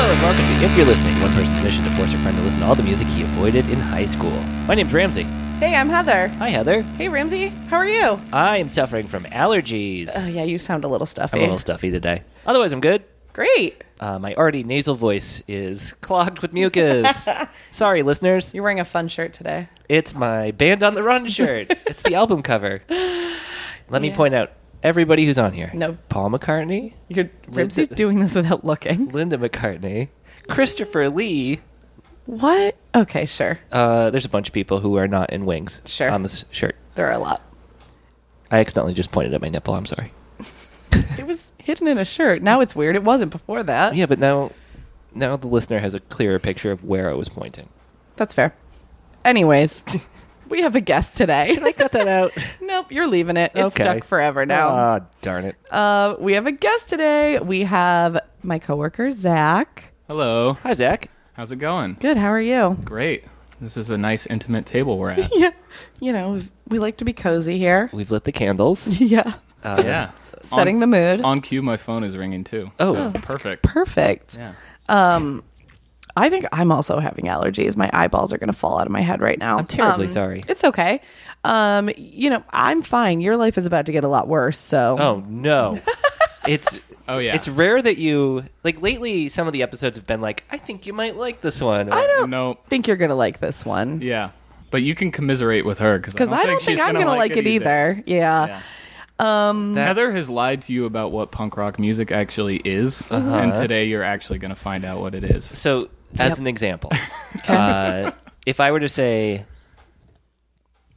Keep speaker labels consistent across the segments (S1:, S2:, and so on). S1: If you're listening, one person's mission to force a friend to listen to all the music he avoided in high school. My name's Ramsey.
S2: Hey, I'm Heather.
S1: Hi, Heather.
S2: Hey, Ramsey. How are you?
S1: I am suffering from allergies.
S2: Oh, yeah, you sound a little
S1: I'm
S2: stuffy.
S1: a little stuffy today. Otherwise, I'm good.
S2: Great.
S1: Uh, my already nasal voice is clogged with mucus. Sorry, listeners.
S2: You're wearing a fun shirt today.
S1: It's my Band on the Run shirt. it's the album cover. Let me point out everybody who's on here.
S2: No.
S1: Paul McCartney,
S2: You're, Ramsey's
S1: Linda-
S2: doing this without looking.
S1: Linda McCartney, Christopher Lee.
S2: What? Okay, sure.
S1: Uh, there's a bunch of people who are not in wings
S2: Sure.
S1: on this shirt.
S2: There are a lot.
S1: I accidentally just pointed at my nipple. I'm sorry.
S2: It was hidden in a shirt. Now it's weird. It wasn't before that.
S1: Yeah, but now, now the listener has a clearer picture of where I was pointing.
S2: That's fair. Anyways, we have a guest today.
S1: I cut that out?
S2: nope, you're leaving it. It's stuck forever now.
S1: Ah, darn it.
S2: Uh, we have a guest today. We have my coworker, Zach.
S3: Hello.
S1: Hi, Zach.
S3: How's it going?
S2: Good. How are you?
S3: Great. This is a nice intimate table we're at.
S2: Yeah. You know, we like to be cozy here.
S1: We've lit the candles.
S2: Yeah.
S1: Uh,
S3: yeah.
S2: Setting
S3: on,
S2: the mood.
S3: on cue my phone is ringing too.
S1: Oh.
S3: So,
S1: Oh, that's
S3: perfect.
S2: Perfect.
S3: yeah.
S2: I think I'm also having allergies. My eyeballs are going to fall out of my head right now. I'm
S1: terribly sorry.
S2: It's okay. Um, you know, I'm fine. Your life is about to get a lot worse. So,
S1: Oh no. it's
S3: Oh, yeah.
S1: It's rare that you like lately. Some of the episodes have been like, I think you might like this one.
S2: I don't
S3: No.
S2: think you're going to like this one
S3: Yeah. But you can commiserate with her because
S2: because I don't think,
S3: she's
S2: I'm going to like it either. Um, Yeah.
S3: Yeah. Heather has lied to you about what punk rock music actually is,
S2: Uh-huh.
S3: and today you're actually going to find out what it is.
S1: So, as
S2: Yep.
S1: an example, uh, if I were to say,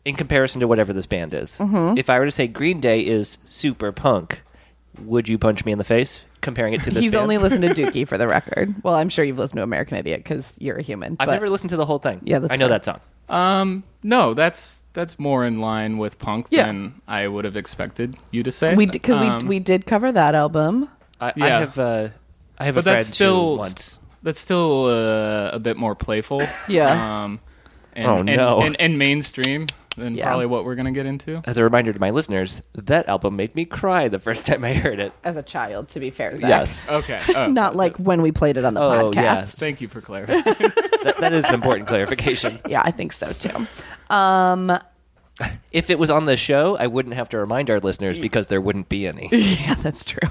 S1: in comparison to whatever this band is,
S2: Mm-hmm.
S1: if I were to say Green Day is super punk, would you punch me in the face comparing it to this?
S2: He's
S1: band?
S2: only listened to Dookie for the record. Well, I'm sure you've listened to American Idiot because you're a human.
S1: I've
S2: but
S1: never listened to the whole thing.
S2: Yeah, that's
S1: I know
S2: fair.
S1: that song.
S3: Um, no, that's that's more in line with punk
S2: Yeah.
S3: than I would have expected you to say.
S2: we because
S3: Um,
S2: we we did cover that album.
S1: I, I
S3: Yeah.
S1: have. Uh, I have a
S3: but
S1: friend
S3: that's still
S1: who once.
S3: that's still uh, a bit more playful.
S2: Yeah.
S3: Um, and,
S1: Oh, no.
S3: And, and, and mainstream than
S2: Yeah.
S3: probably what we're gonna get into.
S1: As a reminder to my listeners, that album made me cry the first time I heard it.
S2: As a child, to be fair, Zach.
S1: Yes,
S3: Okay. Oh,
S2: Not like when we played it on the
S1: Oh,
S2: podcast.
S1: yes.
S3: Thank you for clarifying.
S1: that, that is an important clarification.
S2: Yeah, I think so too. Um,
S1: If it was on the show, I wouldn't have to remind our listeners because there wouldn't be any.
S2: Yeah, that's true.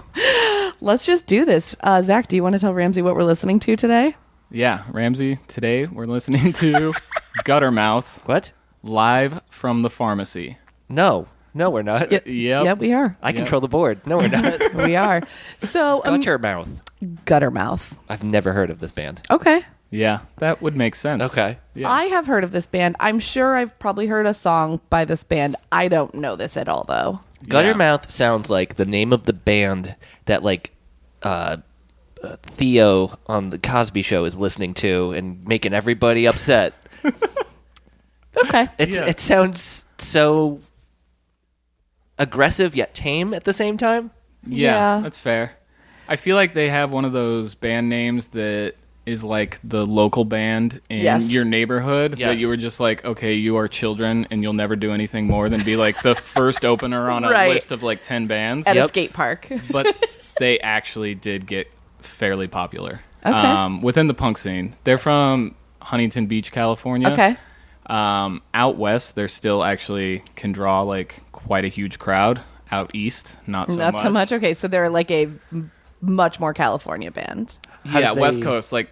S2: Let's just do this. Uh, Zach, do you want to tell Ramsey what we're listening to today?
S3: yeah, Ramsey. Today we're listening to Guttermouth
S1: What?
S3: live from the pharmacy.
S1: No, no, we're not.
S2: Yep.
S3: Yep.
S2: Yep, we are.
S1: I control the board. No, we're not.
S2: We are. So, um,
S1: Gutter Mouth.
S2: gutter mouth.
S1: I've never heard of this band.
S2: Okay.
S3: Yeah, that would make sense.
S1: Okay.
S3: Yeah.
S2: I have heard of this band. I'm sure I've probably heard a song by this band. I don't know this at all, though.
S1: Gutter
S3: Yeah.
S1: Mouth sounds like the name of the band that like uh, uh, Theo on the Cosby Show is listening to and making everybody upset.
S2: Okay.
S1: It's
S3: Yeah.
S1: it sounds so aggressive yet tame at the same time.
S3: Yeah,
S2: Yeah.
S3: that's fair. I feel like they have one of those band names that is like the local band in
S2: Yes.
S3: your neighborhood
S1: Yes.
S3: that you were just like, okay, you are children and you'll never do anything more than be like the first opener on a
S2: Right.
S3: list of like 10 bands.
S2: At a
S1: Yep.
S2: skate park.
S3: but they actually did get fairly popular
S2: Okay.
S3: um, within the punk scene. They're from Huntington Beach, California.
S2: Okay.
S3: Um, out west, they're still actually can draw like quite a huge crowd. Out east, not so
S2: Not
S3: much.
S2: so much. Okay. So they're like a m- much more California band.
S1: How
S3: yeah,
S1: did
S3: West
S1: they-
S3: Coast. Like,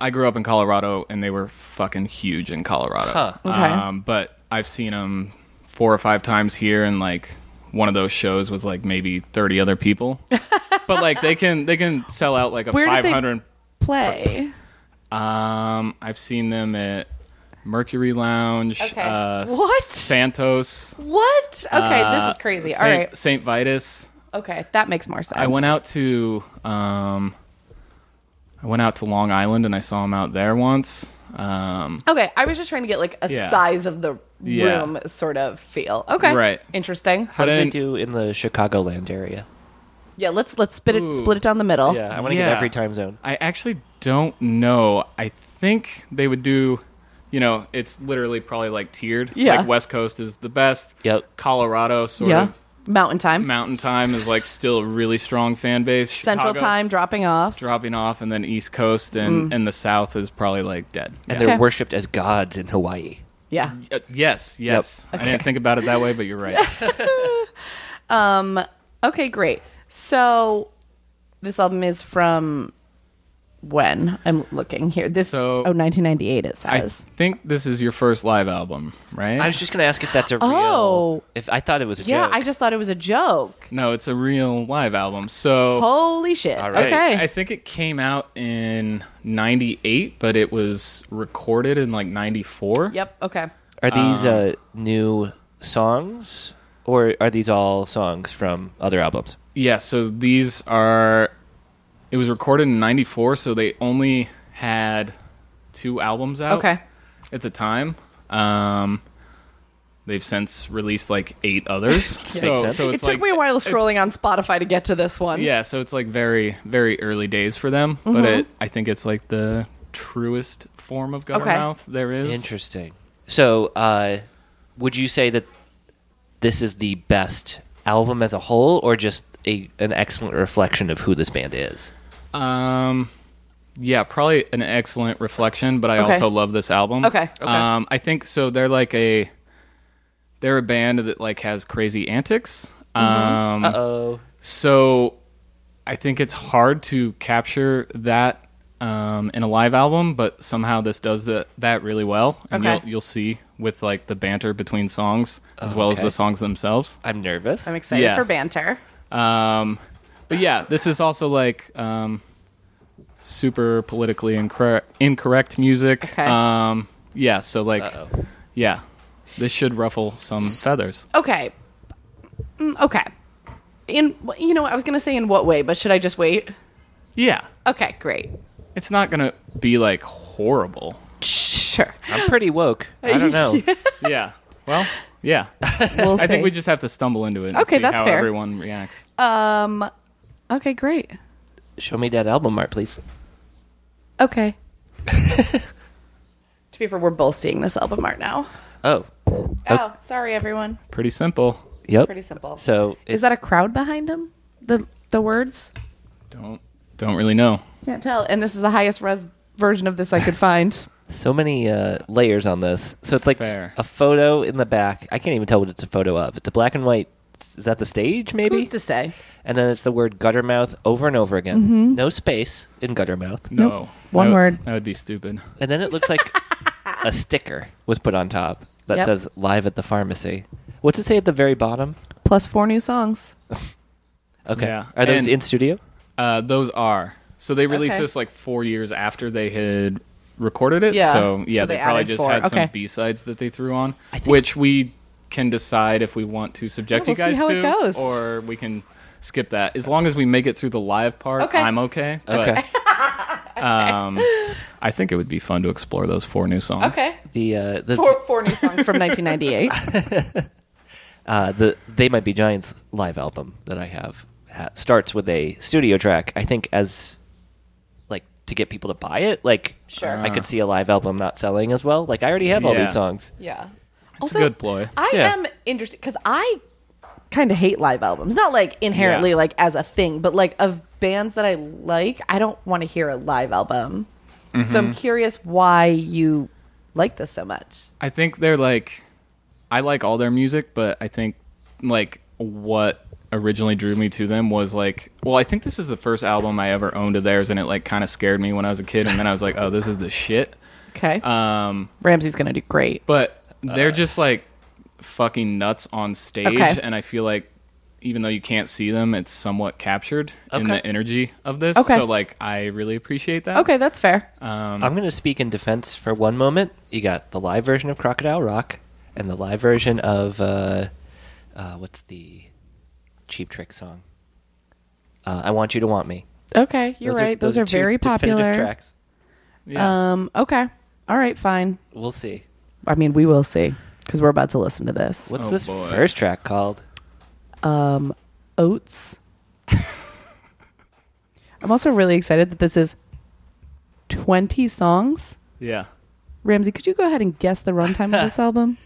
S3: I grew up in Colorado, and they were fucking huge in Colorado.
S2: Okay.
S3: Um, but I've seen them four or five times here, and like one of those shows was like maybe thirty other people. but like they can they can sell out like a
S2: Where did
S3: five
S2: they-
S3: hundred.
S2: Play.
S3: Um, I've seen them at Mercury Lounge.
S2: Okay.
S3: Uh,
S2: What?
S3: Santos.
S2: What? Okay.
S3: uh,
S2: this is crazy.
S3: Saint,
S2: all right.
S3: Saint Vitus.
S2: Okay. That makes more sense.
S3: I went out to um, I went out to Long Island and I saw him out there once. Um,
S2: Okay, I was just trying to get like a
S3: Yeah.
S2: size of the
S3: Yeah.
S2: room sort of feel. Okay,
S3: Right.
S2: interesting.
S1: How
S3: But
S1: do they
S3: in-
S1: do in the Chicagoland area?
S2: Yeah, let's let's split it
S3: Ooh.
S2: split it down the middle.
S1: Yeah, I want to
S3: Yeah.
S1: get every time zone.
S3: I actually don't know. I think they would do. You know, it's literally probably like tiered.
S2: Yeah.
S3: Like West Coast is the best.
S1: Yep.
S3: Colorado sort
S2: Yeah.
S3: of
S2: Mountain Time.
S3: Mountain Time is like still a really strong fan base.
S2: Central
S3: Chicago
S2: Time dropping off.
S3: dropping off, and then East Coast and, and the South is probably like dead.
S1: Mm. and
S3: Yeah.
S1: they're worshipped as gods in Hawaii.
S2: yeah.
S3: Uh, yes, yes. I didn't think about it that way, but you're right.
S2: Okay, great. So this album is from when? I'm looking here. This
S3: So-
S2: oh 1998 it
S3: I
S2: says.
S3: think this is your first live album, right?
S1: I was just gonna ask if that's a real.
S2: Oh.
S1: If I thought it was a
S2: yeah,
S1: joke.
S2: I just thought it was a joke.
S3: no, it's a real live album. So
S2: Holy shit.
S1: All right.
S2: Okay.
S3: Oh. I think it came out in 98, but it was recorded in like 94.
S2: yep, okay.
S1: are these uh, new songs, or are these all songs from other albums?
S3: Yeah, so these are. It was recorded in 94, so they only had two albums out
S2: Okay.
S3: at the time. Um, they've since released like eight others.
S1: Makes
S3: so,
S1: sense.
S3: so
S2: It
S3: it's
S2: took
S3: like-
S2: me a while
S3: it's-
S2: scrolling on Spotify to get to this one.
S3: Yeah, so it's like very, very early days for them,
S2: Mm-hmm.
S3: but it, I think it's like the truest form of gutter
S2: Okay.
S3: mouth there is.
S1: Interesting. So, uh, would you say that this is the best album as a whole, or just a, an excellent reflection of who this band is?
S3: Um, yeah, probably an excellent reflection, but I
S2: Okay.
S3: also love this album.
S2: Okay, okay.
S3: Um, I think so. They're like a they're a band that like has crazy antics.
S2: Mm-hmm.
S3: Um,
S1: Oh,
S3: so I think it's hard to capture that um, in a live album, but somehow this does the, that really well, and
S2: Okay.
S3: you'll you'll see with like the banter between songs as well as
S1: Okay.
S3: the songs themselves.
S1: I'm nervous.
S2: I'm excited
S3: Yeah.
S2: for banter.
S3: Um, but yeah, this is also like um, super politically incor- incorrect music.
S2: Okay.
S3: Um, yeah, so like,
S1: Uh-oh.
S3: yeah, this should ruffle some feathers.
S2: Okay. Mm, okay. In you know, I was going to say in what way, but should I just wait?
S3: Yeah,
S2: Okay, great.
S3: it's not gonna be like horrible.
S2: Sure.
S1: I'm pretty woke. I don't know.
S3: yeah. Well, yeah.
S2: We'll
S3: I think
S2: see.
S3: we just have to stumble into it. And
S2: Okay,
S3: see
S2: that's
S3: how
S2: fair.
S3: Everyone reacts.
S2: Um Okay, great.
S1: Show me that album art, please.
S2: Okay. to be fair, we're both seeing this album art now.
S1: Oh,
S2: Oh, sorry, everyone.
S3: Pretty simple.
S1: yep.
S2: Pretty simple.
S1: So,
S2: Is that a crowd behind him? The the words
S3: Don't don't really know.
S2: can't tell. And this is the highest res version of this I could find.
S1: so many uh, layers on this? So it's like s-
S3: Fair.
S1: a photo in the back. I can't even tell what it's a photo of. It's a black and white. Is that the stage? Maybe.
S2: Who's to say?
S1: and then it's the word guttermouth over and over again.
S2: Mm-hmm.
S1: No space in guttermouth.
S3: No.
S2: One
S3: That would-
S2: word.
S3: That would be stupid.
S1: And then it looks like a sticker was put on top that
S2: Yep.
S1: says live at the pharmacy. What's it say at the very bottom?
S2: Plus four new songs.
S1: Okay.
S3: Yeah.
S1: Are those
S3: And-
S1: in studio?
S3: Uh, those are. So they released
S2: Okay.
S3: this like four years after they had recorded it.
S2: Yeah.
S3: So yeah,
S2: So
S3: they,
S2: they
S3: probably
S2: added
S3: just
S2: four.
S3: had
S2: Okay.
S3: some B sides that they threw on,
S1: I think-
S3: which we can decide if we want to subject
S2: Yeah,
S3: you
S2: we'll
S3: guys
S2: see how
S3: to,
S2: it goes.
S3: or we can skip that. As long as we make it through the live part,
S2: Okay.
S3: I'm okay. But,
S1: Okay.
S3: Um, I think it would be fun to explore those four new songs.
S1: the uh, the,
S2: Four four new songs from 1998.
S1: uh, the they might be giants live album that I have ha- starts with a studio track. I think as like to get people to buy it. Like
S2: Sure.
S1: I could see a live album not selling as well. Like I already have all
S3: Yeah.
S1: these songs.
S2: Yeah. It's
S3: a good ploy.
S2: I
S1: Yeah.
S2: am interested because I kind of hate live albums. Not like inherently
S3: Yeah.
S2: like as a thing, but like of bands that I like, I don't want to hear a live album. So I'm curious why you like this so much.
S3: I think they're like, I like all their music, but I think like what originally drew me to them was like, well, I think this is the first album I ever owned of theirs, and it like kind of scared me when I was a kid, and then I was like, oh, this is the shit.
S2: Okay.
S3: Um,
S2: Ramsey's gonna do great.
S3: but they're just like fucking nuts on stage,
S2: Okay.
S3: and I feel like even though you can't see them, it's somewhat captured in
S1: Okay.
S3: the energy of this.
S2: Okay.
S3: So like, I really appreciate that.
S2: Okay, that's fair.
S3: um,
S1: I'm going to speak in defense for one moment. You got the live version of Crocodile Rock and the live version of uh, uh, what's the Cheap Trick song? Uh, I want you to want me.
S2: Okay, you're right. those, are,
S1: two
S2: very
S1: definitive
S2: popular.
S1: tracks.
S3: Yeah.
S2: Um, okay. All right, fine.
S1: We'll see.
S2: I mean, we will see because we're about to listen to this.
S1: What's
S3: Oh,
S1: this
S3: boy.
S1: first track called?
S2: um, Oats. I'm also really excited that this is 20 songs.
S3: yeah.
S2: Ramsey, could you go ahead and guess the runtime of this album?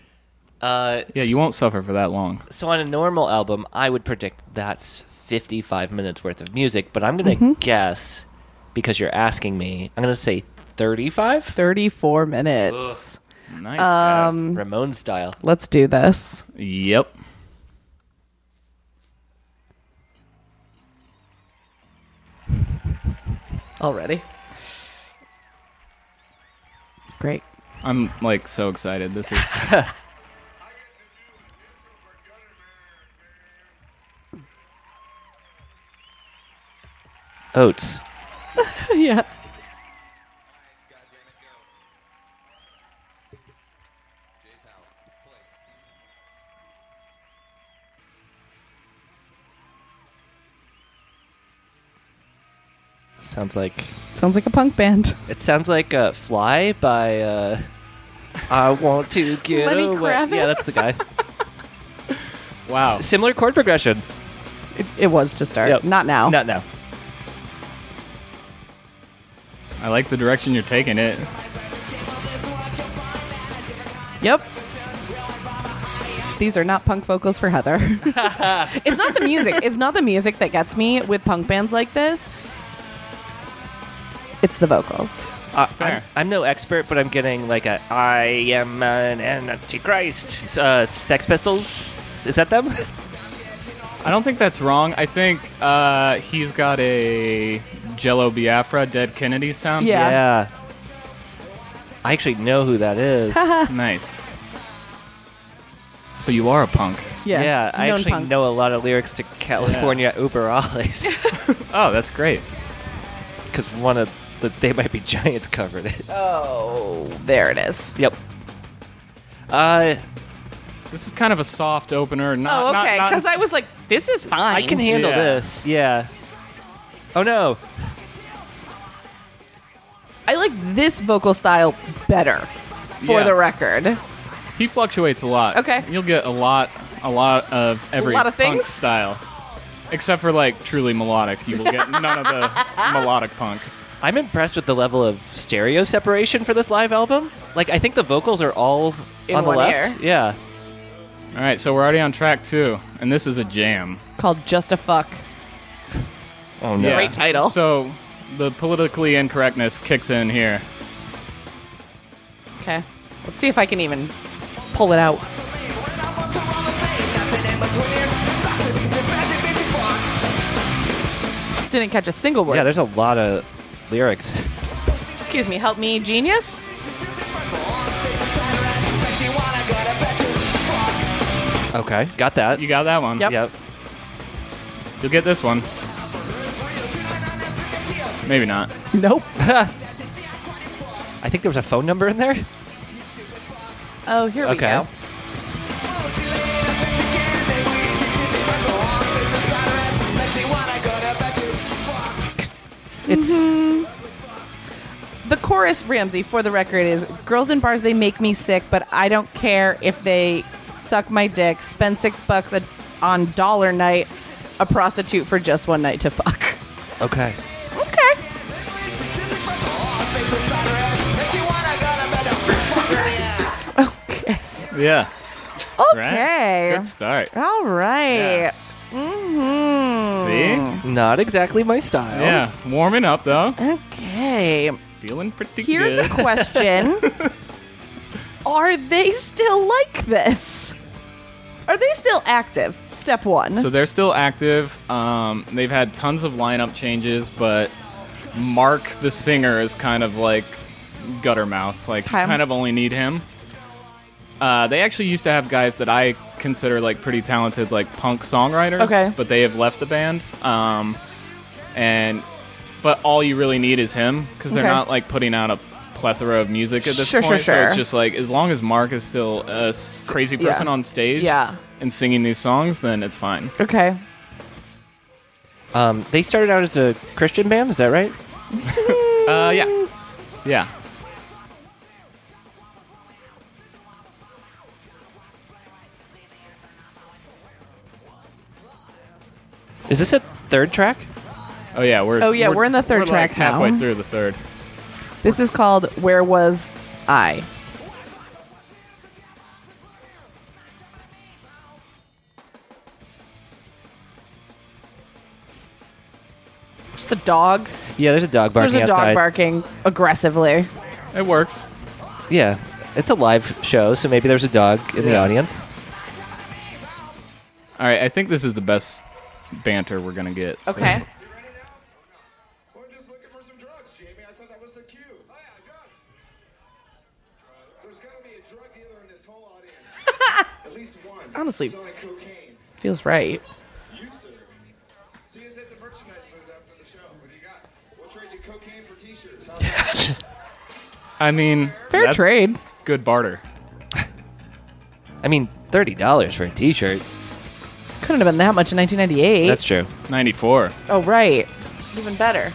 S1: Uh,
S3: Yeah, you won't suffer for that long.
S1: so on a normal album, I would predict that's 55 minutes worth of music, but I'm going
S2: Mm-hmm.
S1: to guess because you're asking me, I'm going to say 35
S2: 34 minutes.
S3: Nice.
S2: um,
S1: Ramon Ramon style.
S2: Let's do this.
S3: guess. Yep.
S2: Already. Great.
S3: I'm like so excited. This is
S1: Oats.
S2: yeah.
S1: Sounds like
S2: Sounds like a punk band.
S1: it sounds like uh, Fly by uh, I want to get
S2: Lenny
S1: away. Yeah, that's the guy.
S3: wow. Oh.
S1: S- Similar chord progression.
S2: It, it was to start.
S1: Yep.
S2: Er, Not now.
S1: Not now.
S3: I like the direction you're taking it.
S2: Yep. These are not punk vocals for Heather. it's not the music. It's not the music that gets me with punk bands like this. It's the vocals.
S1: Uh, I'm,
S3: Fair.
S1: I'm no expert, but I'm getting like a I am an antichrist. Uh, Sex Pistols. Is that them?
S3: I don't think that's wrong. I think uh, he's got a Jello Biafra, Dead Kennedy sound.
S2: Yeah.
S1: I actually know who that is. yeah,
S3: Nice. So you are a punk.
S2: Yeah.
S1: I
S2: Known
S1: actually
S2: punk.
S1: know a lot of lyrics to California Uber Ollies
S3: Oh, that's great.
S1: because one of the They Might Be Giants covered it.
S2: Oh, there it is.
S1: Yep. Uh,
S3: This is kind of a soft opener. Not,
S2: oh, okay.
S3: Not,
S2: Because
S3: not,
S2: I was like, this is fine.
S1: I can handle
S3: Yeah.
S1: this. Yeah. Oh no.
S2: I like this vocal style better. For
S3: Yeah.
S2: the record,
S3: he fluctuates a lot.
S2: Okay.
S3: You'll get a lot, a lot of every
S2: lot of
S3: punk
S2: things?
S3: style, except for like truly melodic. You will get none of the melodic punk.
S1: I'm impressed with the level of stereo separation for this live album. Like, I think the vocals are all
S2: In
S1: on the
S2: one
S1: left. Yeah.
S3: All right, so we're already on track two, and this is a jam.
S2: called "Just a Fuck."
S1: Oh
S3: Yeah.
S2: Great title.
S3: So the politically incorrectness kicks in here.
S2: Okay, let's see if I can even pull it out. Didn't catch a single word.
S1: Yeah, there's a lot of lyrics.
S2: Excuse me, help me, genius.
S1: Okay. Got that.
S3: You got that one.
S2: Yep.
S1: Yep.
S3: You'll get this one. Maybe not.
S2: Nope.
S1: I think there was a phone number in there.
S2: Oh, here we
S1: Okay.
S2: go.
S1: It's
S2: Mm-hmm. The chorus, Ramsey, for the record, is "Girls in bars, they make me sick, but I don't care if they suck my dick. Spend six bucks a- on dollar night, a prostitute for just one night to fuck."
S1: okay.
S2: Okay. Okay.
S3: Yeah.
S2: Okay.
S3: Good start.
S2: All right. Mm-hmm.
S3: Yeah.
S2: Oh.
S3: See?
S1: Not exactly my style.
S3: Yeah. Warming up though.
S2: Okay.
S3: Feeling pretty
S2: Here's
S3: good.
S2: a question. Are they still like this? Are they still active? Step one.
S3: so they're still active. Um, they've had tons of lineup changes, but Mark the singer is kind of like gutter mouth. Like you
S2: Okay.
S3: kind of only need him. Uh, they actually used to have guys that I consider like pretty talented, like punk songwriters.
S2: Okay.
S3: But they have left the band. Um, and but all you really need is him because they're
S2: Okay.
S3: not like putting out a plethora of music at this
S2: Sure, sure,
S3: point. So
S2: sure.
S3: it's just like as long as Mark is still a s- crazy
S2: yeah.
S3: person on stage
S2: Yeah.
S3: and singing these songs, then it's fine.
S2: okay.
S1: Um, they started out as a Christian band. Is that right?
S3: Uh, yeah, yeah.
S1: Is this a third track?
S3: Oh yeah, we're
S2: Oh, yeah, we're in the third
S3: like,
S2: track now.
S3: halfway through the third.
S2: This is called Where Was I? Just a dog.
S1: Yeah, there's a dog barking
S2: There's a dog
S1: outside.
S2: barking aggressively.
S3: It works.
S1: Yeah, it's a live show, so maybe there's a dog in the
S3: Yeah.
S1: audience.
S3: All right, I think this is the best banter we're gonna get. so-
S2: Okay.
S4: Well, I'm just looking for some drugs, Jamie. I thought that was the cue. Oh, yeah, drugs. There's got to be a drug dealer in this whole audience. At least one.
S2: Honestly.
S4: Selling cocaine.
S2: Feels right.
S4: User. So you guys hit the merchandise booth after the show. What do you got? We'll trade you cocaine for t-shirts. How's that?
S3: I mean,
S2: Fair
S3: that's
S2: trade.
S3: Good barter.
S1: I mean, thirty dollars for a T-shirt.
S2: Couldn't have been that much in 1998.
S1: That's true.
S3: Ninety-four.
S2: oh, right. Even better.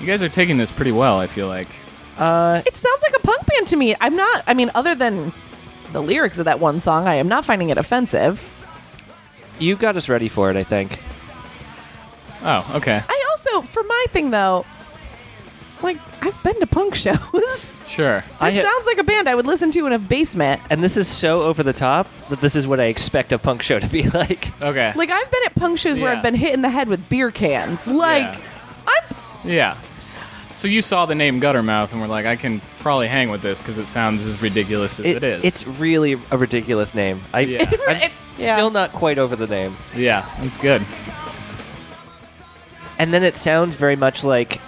S3: You guys are taking this pretty well. I feel like.
S2: It sounds like a punk band to me. I'm not, I mean, other than the lyrics of that one song, I am not finding it offensive.
S1: You got us ready for it, I think.
S3: Oh, okay.
S2: I also, for my thing though, like, I've been to punk shows. this
S3: Sure.
S1: I ha-
S2: sounds like a band I would listen to in a basement.
S1: And this is so over the top that this is what I expect a punk show to be like.
S3: Okay.
S2: Like, I've been at punk shows where
S3: Yeah.
S2: I've been hit in the head with beer cans. Like,
S3: Yeah.
S2: I'm
S3: Yeah. So you saw the name Guttermouth and were like, I can probably hang with this because it sounds as ridiculous as it is.
S1: It's really a ridiculous name. I,
S3: Yeah. It-
S1: I'm
S2: it-
S1: s-
S2: yeah.
S1: still not quite over the name.
S3: yeah, it's good.
S1: And then it sounds very much like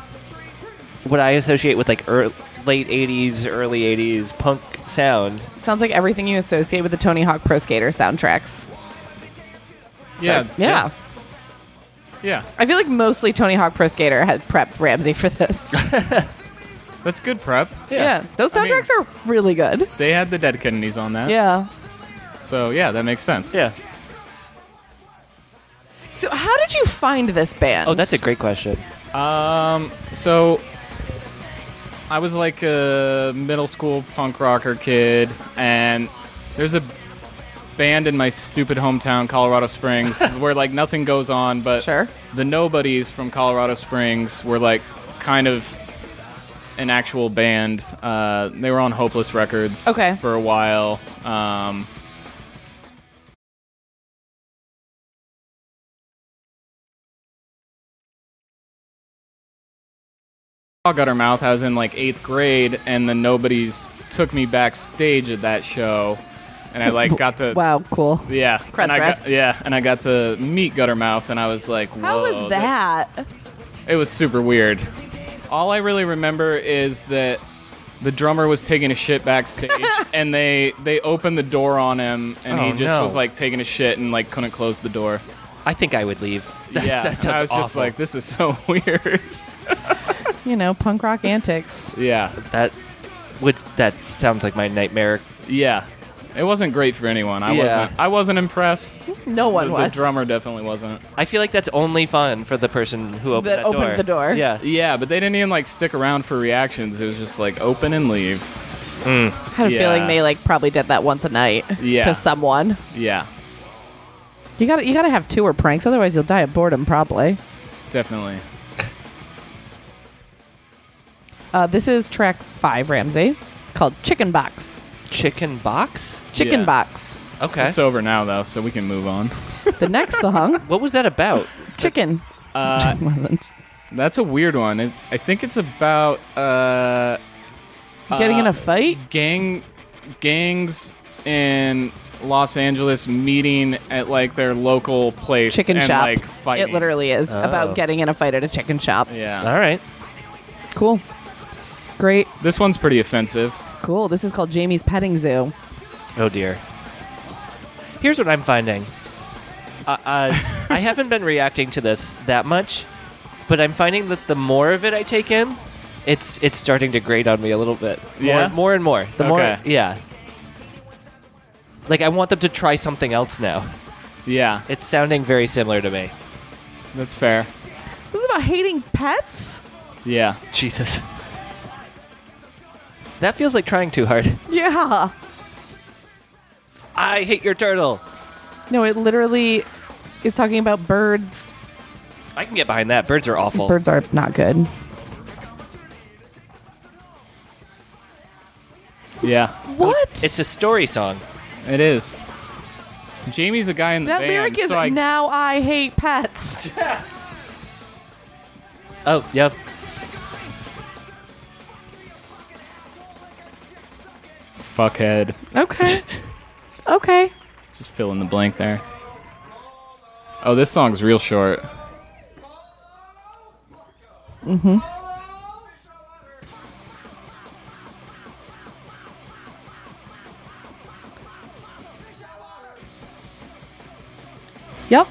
S1: what I associate with like ear late '80s, early '80s punk sound.
S2: Sounds like everything you associate with the Tony Hawk Pro Skater soundtracks.
S3: Yeah.
S2: Yeah.
S3: Yeah.
S2: I feel like mostly Tony Hawk Pro Skater had prepped Ramsey for this. yeah.
S3: That's good prep.
S2: Those
S3: I mean-
S2: soundtracks are really good.
S3: They had the Dead Kennedys on that.
S2: Yeah.
S3: So yeah, that makes sense.
S1: yeah.
S2: So, how did you find this band?
S1: Oh, that's a great question.
S3: So I was like a middle school punk rocker kid, and there's a band in my stupid hometown, Colorado Springs, where like nothing goes on, but
S2: Sure.
S3: the nobodies from Colorado Springs were like kind of an actual band. Uh, they were on Hopeless Records
S2: Okay.
S3: for a while. Um, saw Guttermouth. I was in like eighth grade, and the Nobodies took me backstage at that show, and I like got to
S2: Wow, cool.
S3: yeah,
S2: Crud
S3: and I
S2: threat.
S3: got, yeah, and I got to meet Guttermouth, and I was like, Whoa,
S2: How was that?
S3: it was super weird. All I really remember is that the drummer was taking a shit backstage, and they they opened the door on him, and
S1: Oh,
S3: he just
S1: no.
S3: was like taking a shit and like couldn't close the door.
S1: I think I would leave. That,
S3: yeah,
S1: that sounds
S3: I was just
S1: awful.
S3: like, this is so weird.
S2: You know, punk rock antics.
S3: yeah,
S1: that. Would that sounds like my nightmare?
S3: yeah. It wasn't great for anyone. I
S1: Yeah.
S3: wasn't. I wasn't impressed.
S2: No one
S3: the, the
S2: was.
S3: drummer definitely wasn't.
S1: I feel like that's only fun for the person who opened
S2: That
S1: that
S2: opened the door.
S1: Yeah,
S3: Yeah, but they didn't even like stick around for reactions. It was just like open and leave.
S2: I had a
S3: Yeah.
S2: feeling they like probably did that once a night
S3: Yeah.
S2: to someone.
S3: Yeah,
S2: You got to you got to have tour pranks, otherwise you'll die of boredom probably.
S3: definitely.
S2: Uh, this is track five, Ramsey, called Chicken Box.
S1: chicken box.
S2: Chicken
S3: Yeah.
S2: Box.
S1: Okay.
S3: It's over now though, so we can move on.
S2: The next song,
S1: What was that about?
S2: Chicken.
S3: Uh,
S2: wasn't.
S3: That's a weird one. It, I think it's about uh,
S2: Getting
S3: uh,
S2: in a fight?
S3: gang gangs in Los Angeles meeting at like their local place
S2: Chicken
S3: and,
S2: shop.
S3: like fighting.
S2: It literally is
S1: Oh.
S2: about getting in a fight at a chicken shop.
S3: Yeah.
S1: All right.
S2: Cool. Great.
S3: This one's pretty offensive.
S2: Cool. This is called Jamie's Petting Zoo.
S1: Oh dear. Here's what I'm finding. Uh, uh, I haven't been reacting to this that much, but I'm finding that the more of it I take in, it's it's starting to grate on me a little bit. More,
S3: Yeah?
S1: more and more. The
S3: Okay.
S1: more, yeah. Like I want them to try something else now.
S3: Yeah,
S1: It's sounding very similar to me.
S3: that's fair.
S2: This is about hating pets?
S3: Yeah.
S1: Jesus. That feels like trying too hard.
S2: Yeah.
S1: I hate your turtle.
S2: No, it literally is talking about birds.
S1: I can get behind that. Birds are awful.
S2: Birds are not good.
S3: Yeah.
S2: What?
S1: It's a story song.
S3: It is. Jamie's a guy in the
S2: That
S3: band.
S2: lyric is
S3: so I,
S2: now I hate pets.
S1: Oh, yep.
S3: fuckhead.
S2: okay. Okay.
S3: Just fill in the blank there. Oh, this song's real short.
S2: Yep.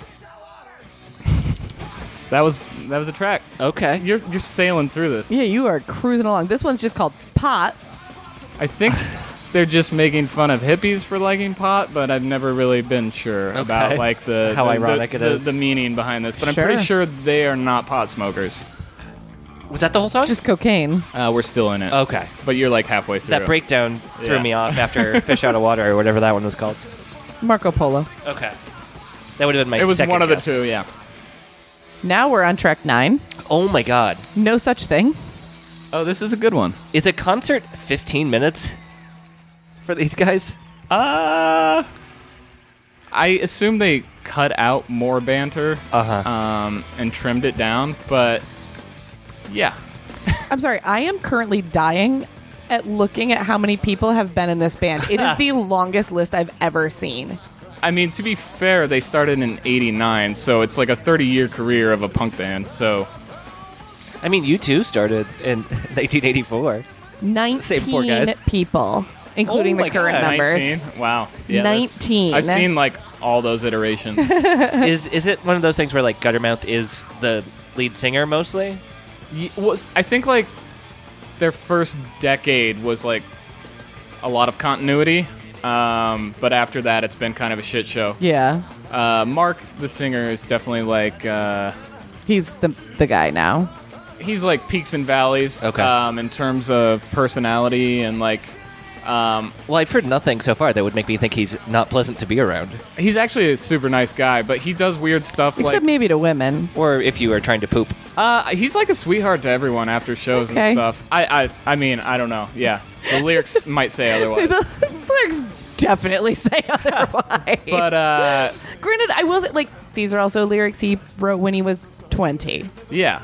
S3: That was that was a track.
S1: Okay.
S3: You're you're sailing through this.
S2: Yeah, you are cruising along. This one's just called Pot.
S3: I think they're just making fun of hippies for liking pot, but I've never really been sure about
S1: Okay.
S3: like the
S1: How
S3: the,
S1: ironic
S3: the,
S1: it
S3: the-
S1: is.
S3: the meaning behind this. But I'm pretty
S2: Sure.
S3: sure they are not pot smokers.
S1: Was that the whole song?
S2: Just cocaine.
S3: Uh, we're still in it.
S1: okay.
S3: But you're like halfway through.
S1: Oh. That breakdown threw
S3: Yeah.
S1: me off after "Fish Out of Water" or whatever that one was called.
S2: Marco Polo.
S1: Okay, that would have been my.
S3: It was
S1: second
S3: one of
S1: guess.
S3: the two. Yeah.
S2: Now we're on track nine.
S1: Oh my god!
S2: No such thing.
S3: Oh, this is a good one.
S1: Is a concert 15 minutes for these guys?
S3: Uh, I assume they cut out more banter
S1: Uh huh.
S3: um, and trimmed it down, but yeah.
S2: I'm sorry. I am currently dying at looking at how many people have been in this band. It is the longest list I've ever seen.
S3: I mean, to be fair, they started in '89, so it's like a 30-year career of a punk band. So
S1: I mean, you two started in 1984.
S2: 19
S1: four guys.
S2: people, including
S3: Oh
S1: my
S2: the current
S1: God.
S2: numbers.
S3: 19? Wow. Yeah, that's-
S2: 19.
S3: I've seen like all those iterations.
S1: is is it one of those things where like Guttermouth is the lead singer mostly?
S3: Y- was I think like their first decade was like a lot of continuity. Um, but after that, it's been kind of a shit show.
S2: Yeah.
S3: Uh, Mark, the singer, is definitely like uh,
S2: He's the, the guy now.
S3: he's like peaks and valleys
S1: Okay.
S3: um, in terms of personality and like
S1: Well, I've heard nothing so far that would make me think he's not pleasant to be around.
S3: he's actually a super nice guy, but he does weird stuff
S2: Except
S3: like
S2: maybe to women.
S1: Or if you are trying to poop.
S3: uh, he's like a sweetheart to everyone after shows
S2: Okay.
S3: and stuff. I, I I mean I don't know. Yeah, the lyrics might say otherwise.
S2: the lyrics definitely say otherwise.
S3: But uh,
S2: Granted, I will say, like, these are also lyrics he wrote when he was 20.
S3: yeah,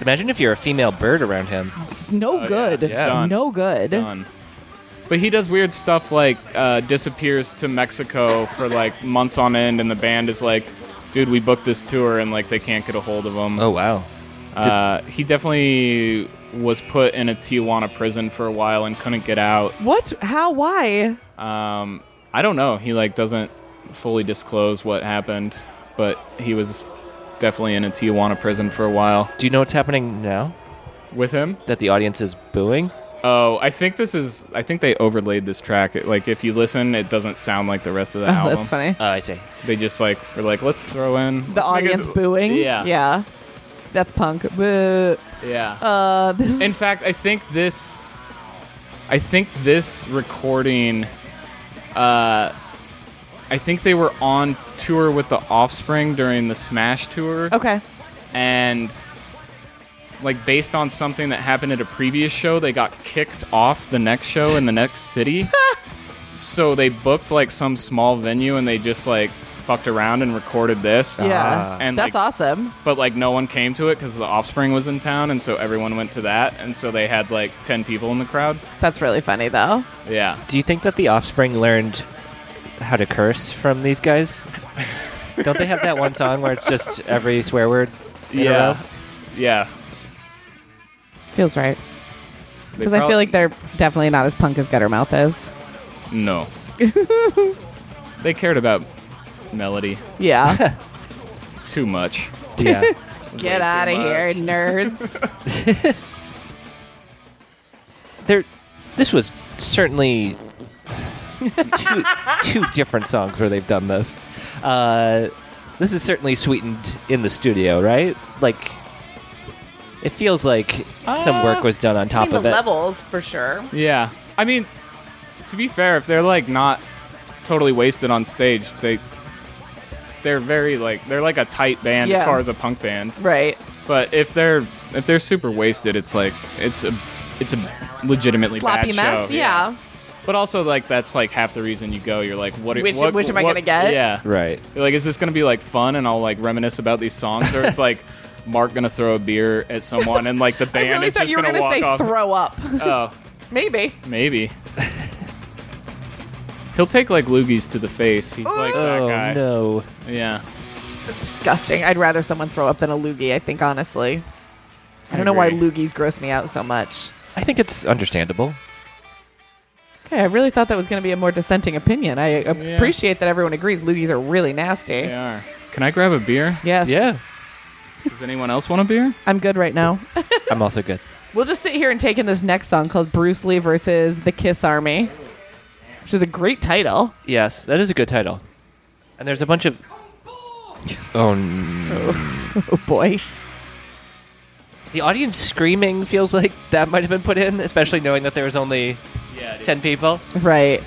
S1: Imagine if you're a female bird around him.
S2: No
S3: Oh, Uh, yeah,
S2: good.
S1: yeah.
S3: Done.
S2: No good.
S3: done. But he does weird stuff like uh, disappears to Mexico for like months on end, and the band is like, "Dude, we booked this tour, and like they can't get a hold of him."
S1: Oh wow.
S3: Uh, he definitely was put in a Tijuana prison for a while and couldn't get out.
S2: What? How? Why?
S3: Um, I don't know. He like doesn't fully disclose what happened, but he was definitely in a Tijuana prison for a while
S1: Do you know what's happening now?
S3: with him.
S1: That the audience is booing?
S3: Oh, I think this is. I think they overlaid this track. It, like if you listen, it doesn't sound like the rest of the
S2: Oh,
S3: album.
S2: that's funny.
S1: Oh, I see.
S3: They just like were like, let's throw in
S2: the
S3: let's make us-
S2: audience booing.
S3: Yeah,
S2: Yeah. That's punk. Boo.
S3: yeah.
S2: Uh, this.
S3: In fact, I think this, I think this recording, uh, I think they were on tour with the Offspring during the Smash tour,
S2: okay.
S3: and like based on something that happened at a previous show, they got kicked off the next show in the next city. so they booked like some small venue, and they just like fucked around and recorded this.
S2: yeah.
S3: Ah. and,
S2: Ah. that's
S3: like,
S2: awesome.
S3: but like no one came to it because the offspring was in town and so everyone went to that and so they had like 10 people in the crowd
S2: That's really funny, though.
S3: yeah
S1: Do you think that the offspring learned how to curse from these guys? Don't they have that one song where it's just every swear word? in a row?
S3: yeah
S2: Feels right.
S3: They
S2: Because I
S3: prob-
S2: feel like they're definitely not as punk as Guttermouth is.
S3: no they cared about melody
S2: Yeah.
S3: too much
S1: Yeah.
S3: Way
S2: Get
S3: too
S2: out of here,
S3: much.
S2: nerds.
S1: there this was certainly two, two different songs where they've done this uh, this is certainly sweetened in the studio right like it feels like some work was done on top of it
S2: levels for sure.
S3: yeah i mean to be fair if they're like not totally wasted on stage they they're very like they're like a tight band as
S2: Yeah.
S3: far as a punk band
S2: Right.
S3: But if they're if they're super wasted, it's like it's a it's a legitimately
S2: Sloppy
S3: bad
S2: mess.
S3: show.
S2: yeah.
S3: But also, like that's like half the reason you go. You're like, what?
S2: Which-
S3: what-
S2: which am I
S3: what-
S2: gonna get?
S3: Yeah,
S1: Right.
S3: You're like, is this gonna be like fun and I'll like reminisce about these songs, or it's like Mark gonna throw a beer at someone and like the
S2: I
S3: band
S2: really
S3: is
S2: thought
S3: just
S2: you were
S3: gonna
S2: going to
S3: walk
S2: say
S3: off.
S2: throw up.
S3: oh,
S2: Maybe.
S3: maybe. He'll take like loogies to the face. He's like that
S1: oh
S3: guy.
S1: no.
S3: Yeah.
S2: It's disgusting. I'd rather someone throw up than a loogie, I think, honestly. I
S3: I
S2: don't know why
S3: agree.
S2: loogies gross me out so much.
S1: I think it's understandable.
S2: Okay, I really thought that was going to be a more dissenting opinion. I appreciate that everyone agrees loogies are really nasty.
S3: They are. Can I grab a beer?
S2: Yes.
S1: Yeah.
S3: Does anyone else want a beer?
S2: I'm good right now.
S1: I'm also good.
S2: We'll just sit here and take in this next song called Bruce Lee versus the Kiss Army, which is a great title.
S1: Yes, that is a good title. And there's a bunch of. Oh, n-
S2: Oh boy.
S1: the audience screaming feels like that might have been put in, especially knowing that there was only
S3: Yeah.
S1: ten people.
S2: Right.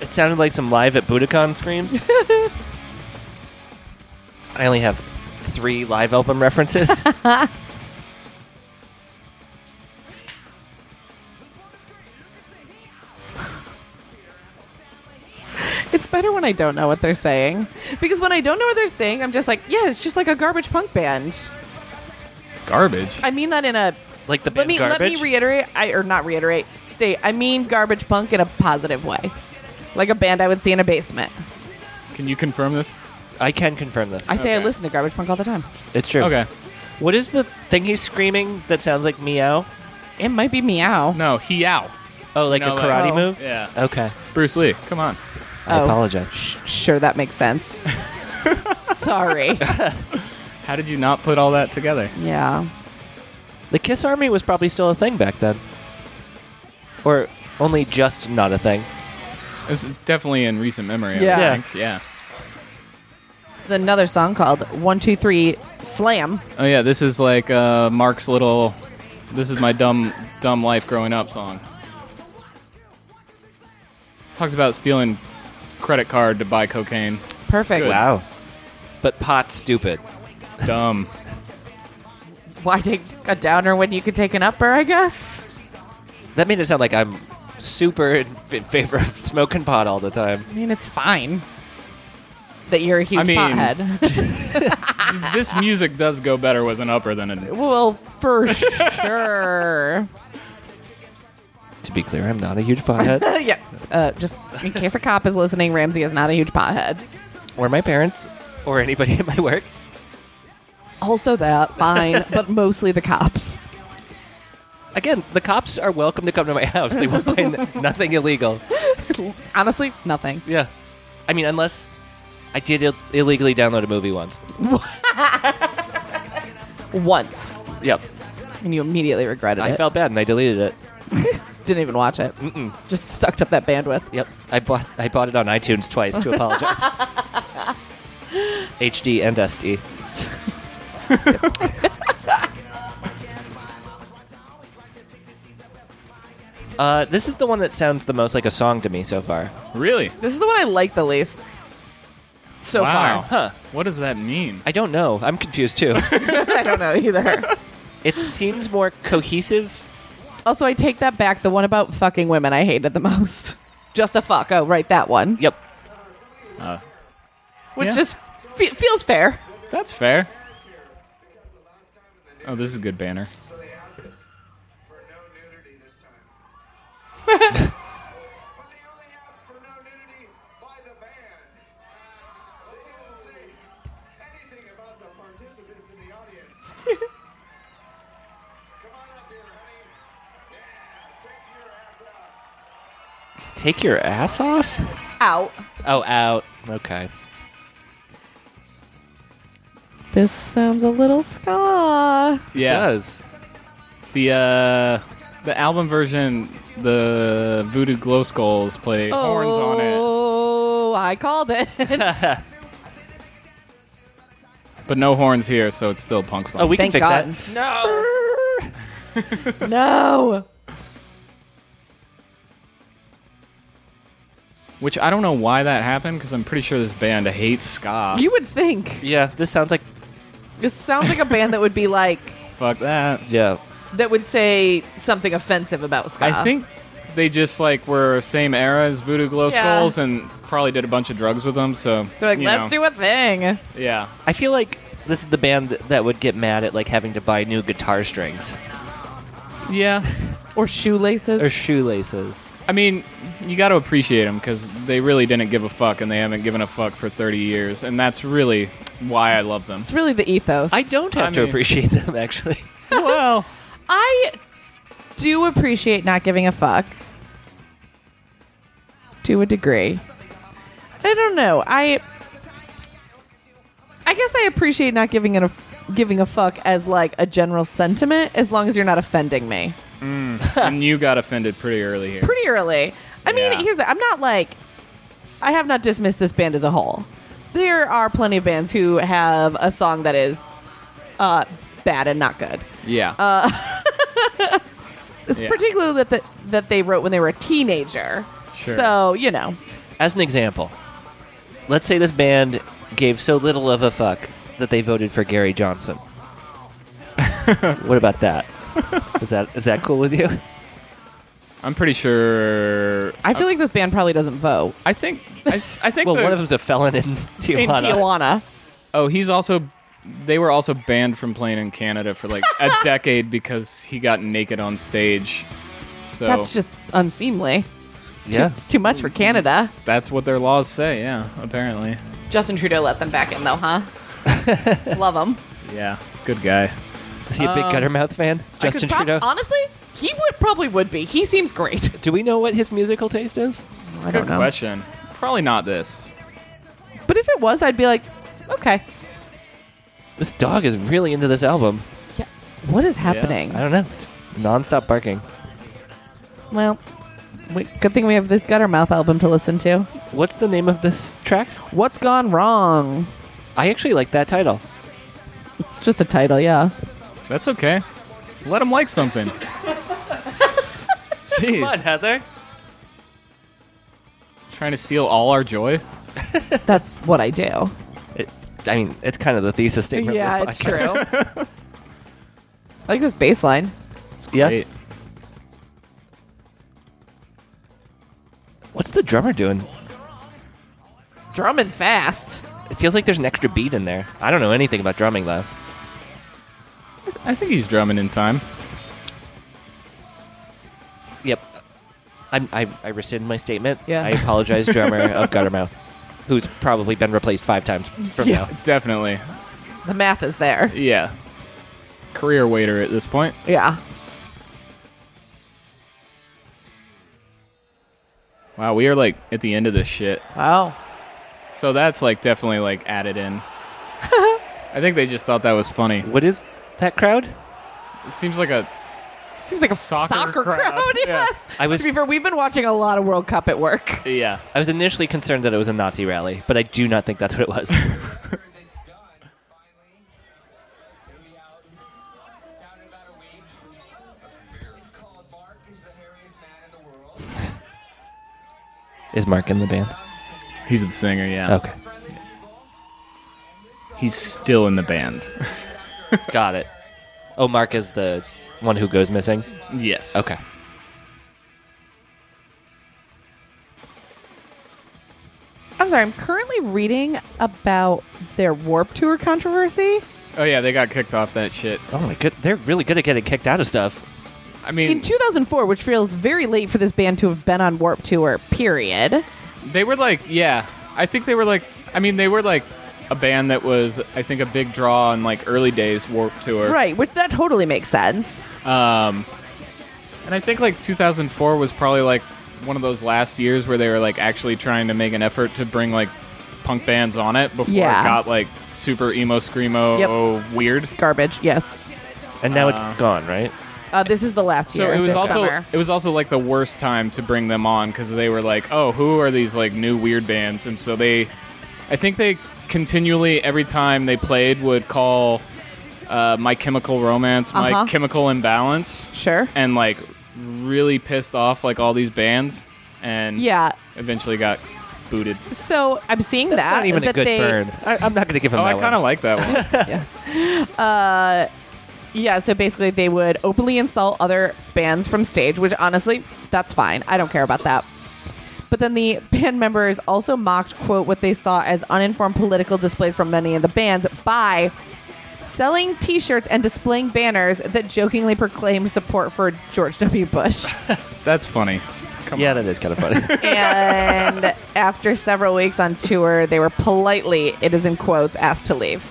S1: It sounded like some live at Budokan screams. I only have three live album references.
S2: It's better when I don't know what they're saying. Because when I don't know what they're saying, I'm just like, yeah, it's just like a garbage punk band.
S3: Garbage.
S2: I mean that in a
S1: like the
S2: let
S1: band
S2: me
S1: garbage.
S2: let me reiterate I or not reiterate, state I mean garbage punk in a positive way. Like a band I would see in a basement.
S3: Can you confirm this?
S1: I can confirm this.
S2: I say I
S3: Okay.
S2: listen to garbage punk all the time.
S1: it's true.
S3: Okay.
S1: What is the thing he's screaming that sounds like meow?
S2: It might be meow.
S3: No, he out.
S1: Oh, like
S3: No,
S1: a
S3: like-
S1: karate
S2: Oh.
S1: move?
S3: Yeah.
S1: Okay.
S3: Bruce Lee, come on.
S1: I
S2: Oh.
S1: apologize.
S2: Sh- sure, that makes sense. Sorry.
S3: How did you not put all that together?
S2: Yeah.
S1: The Kiss Army was probably still a thing back then. Or only just not a thing.
S3: It's definitely in recent memory. I would
S2: Yeah.
S3: think. Yeah.
S2: It's another song called One Two Three Slam.
S3: Oh yeah, this is like uh, Mark's little. This is my dumb, dumb life growing up song. Talks about stealing credit card to buy cocaine.
S2: Perfect.
S3: Good.
S1: Wow. But pot stupid.
S3: Dumb.
S2: Why take a downer when you could take an upper, I guess?
S1: That made it sound like I'm super in in favor of smoking pot all the time.
S2: I mean, it's fine that you're a huge
S3: I mean-
S2: pothead.
S3: this music does go better with an upper than a.
S2: well, for sure.
S1: To be clear, I'm not a huge pothead.
S2: yes. Uh, just in case a cop is listening, Ramsey is not a huge pothead.
S1: or my parents. Or anybody at my work.
S2: Also, that fine, but mostly the cops.
S1: Again, the cops are welcome to come to my house. They will find nothing illegal.
S2: Honestly, nothing.
S1: Yeah. I mean, unless I did Ill- illegally download a movie once.
S2: Once,
S1: Yep.
S2: and you immediately regretted
S1: I
S2: it.
S1: felt bad and I deleted it.
S2: Didn't even watch it. Just sucked up that bandwidth.
S1: Yep. I bought I bought it on iTunes twice to apologize. HD and SD. uh, this is the one that sounds the most like a song to me so far.
S3: Really?
S2: This is the one I like the least so
S3: wow.
S2: far.
S1: Huh.
S3: What does that mean?
S1: I don't know. I'm confused too.
S2: I don't know either.
S1: it seems more cohesive.
S2: Also, I take that back. The one about fucking women I hated the most. Just a fuck. Oh, right, that one.
S1: Yep.
S2: Which
S3: Yeah.
S2: just fe- feels fair.
S3: That's fair. Oh, this is good banner.
S4: So they asked us for no nudity this time. but they only asked for no nudity by the band. They didn't say anything about the participants in the audience. Come on up here, honey. Yeah, take your ass out.
S1: Take your ass off.
S2: Out.
S1: Oh, out. Okay.
S2: This sounds a little ska.
S3: Yeah.
S1: Does.
S3: The uh, the album version, the Voodoo Glow Skulls play horns on it,
S2: Oh, I called it.
S3: but no horns here, so it's still punk song.
S1: Oh, we
S2: Thank
S1: can fix
S2: God.
S1: that. No.
S2: no.
S3: Which I don't know why that happened because I'm pretty sure this band hates ska.
S2: You would think.
S1: Yeah, this sounds like
S2: This sounds like a band that would be like,
S3: Fuck that.
S1: yeah.
S5: that would say something offensive about ska.
S3: I think they just like were same era as Voodoo Glow
S5: Yeah.
S3: Skulls and probably did a bunch of drugs with them. So
S5: they're like, let's do a thing.
S3: do. Yeah,
S1: I feel like this is the band that, that would get mad at like having to buy new guitar strings
S3: yeah.
S2: or shoelaces.
S1: or shoelaces.
S3: I mean, you got to appreciate them because they really didn't give a fuck, and they haven't given a fuck for 30 years, and that's really why I love them.
S2: it's really the ethos.
S1: I don't have
S3: I
S1: to
S3: mean-
S1: appreciate them actually.
S3: well,
S2: I do appreciate not giving a fuck to a degree. I don't know. I I guess I appreciate not giving it a giving a fuck as like a general sentiment as long as you're not offending me.
S3: and you got offended pretty early here.
S2: Pretty early. I mean,
S3: Yeah.
S2: here's the I'm not like I have not dismissed this band as a whole. There are plenty of bands who have a song that is uh bad and not good.
S3: yeah,
S2: It's
S3: Yeah.
S2: particularly that, that that they wrote when they were a teenager.
S3: Sure.
S2: So you know,
S1: As an example, let's say this band gave so little of a fuck that they voted for Gary Johnson. what about that? Is that is that cool with you?
S3: I'm pretty sure.
S2: I feel like this band probably doesn't vote.
S3: I think. I, I think.
S1: Well,
S3: the-
S1: one of them's a felon in
S2: In
S1: Tijuana.
S2: Tijuana,
S3: Oh, he's also. They were also banned from playing in Canada for like a decade because he got naked on stage. So
S2: that's just unseemly.
S1: Yeah.
S2: It's too much for Canada.
S3: that's what their laws say. Yeah, apparently.
S2: Justin Trudeau let them back in though, huh? Love him.
S3: Yeah, good guy.
S1: Is he a
S3: Um,
S1: big Guttermouth fan? Justin Trudeau.
S2: honestly, he would probably would be. He seems great.
S1: Do we know what his musical taste is?
S2: I
S3: Good
S2: don't know.
S3: question. Probably not this.
S2: But if it was, I'd be like, okay,
S1: This dog is really into this album.
S2: yeah. what is happening?
S1: I don't know. It's nonstop barking.
S2: Well, we, good thing we have this Guttermouth album to listen to.
S1: What's the name of this track?
S2: What's gone wrong?
S1: I actually like that title.
S2: It's just a title, yeah.
S3: That's okay. Let him like something. Jeez.
S1: Heather.
S3: Trying to steal all our joy?
S2: That's what I do.
S1: It, I mean, it's kind of the thesis statement.
S2: Yeah,
S1: of this
S2: it's true.
S1: podcast.
S2: I like this bass line.
S1: Yeah.
S3: Great.
S1: What's the drummer doing?
S2: Drumming fast.
S1: It feels like there's an extra beat in there. I don't know anything about drumming though.
S3: I think he's drumming in time.
S1: Yep. I, I, I rescind my statement.
S2: Yeah.
S1: I apologize, drummer of Guttermouth, who's probably been replaced five times from now.
S3: Definitely.
S2: The math is there.
S3: Yeah. Career waiter at this point.
S2: Yeah.
S3: Wow, we are like at the end of this shit.
S2: Wow.
S3: So that's like definitely like added in. I think they just thought that was funny.
S1: What is that crowd?
S3: It seems like a
S2: Seems like a
S3: Soccer
S2: soccer,
S3: crowd.
S2: crowd.
S3: Yeah.
S2: Yes.
S1: I was-
S2: To be fair, we've been watching a lot of World Cup at work.
S3: yeah.
S1: I was initially concerned that it was a Nazi rally, but I do not think that's what it was.
S4: Everything's done, finally. We'll be out town in about a week. It's called Mark. He's the hairiest man in the world.
S1: is Mark in the band?
S3: He's the singer, yeah.
S1: Okay.
S3: He's still in the band.
S1: Got it. Oh, Mark is the one who goes missing.
S3: yes.
S1: Okay.
S2: I'm sorry. I'm currently reading about their Warp Tour controversy.
S3: Oh yeah, they got kicked off that shit.
S1: Oh my good. They're really good at getting kicked out of stuff.
S3: I
S2: In
S3: mean,
S2: 2004, which feels very late for this band to have been on Warp Tour, period.
S3: They were like, yeah. I think they were like, I mean, they were like a band that was, I think, a big draw in like early days Warp Tour.
S2: Right, which that totally makes sense.
S3: Um, and I think like 2004 was probably like one of those last years where they were like actually trying to make an effort to bring like punk bands on it before
S2: Yeah.
S3: it got like super emo screamo weird.
S2: Garbage, yes.
S1: And now it's gone, right?
S2: Uh, this is the last
S3: So
S2: year.
S3: it was
S2: this
S3: also
S2: summer.
S3: it was also like the worst time to bring them on because they were like, oh, who are these like new weird bands? And so they, I think they continually every time they played would call uh, My Chemical Romance,
S2: Uh-huh.
S3: My Chemical Imbalance,
S2: Sure.
S3: and like really pissed off like all these bands, and
S2: Yeah.
S3: eventually got booted.
S2: So I'm seeing
S1: That's
S2: that.
S1: not even a
S2: that
S1: good
S2: they,
S1: Oh, burn. I, I'm not going to give him
S3: Oh,
S1: that
S3: I kind
S1: one.
S3: of like that one.
S2: Yeah. Uh, Yeah, so basically they would openly insult other bands from stage, which honestly, that's fine. I don't care about that. But then the band members also mocked, quote, what they saw as uninformed political displays from many of the bands by selling t shirts and displaying banners that jokingly proclaimed support for George W. Bush.
S3: That's funny. Come
S1: yeah,
S3: on.
S1: that is kind of funny.
S2: and after several weeks on tour, they were politely, it is in quotes, asked to leave.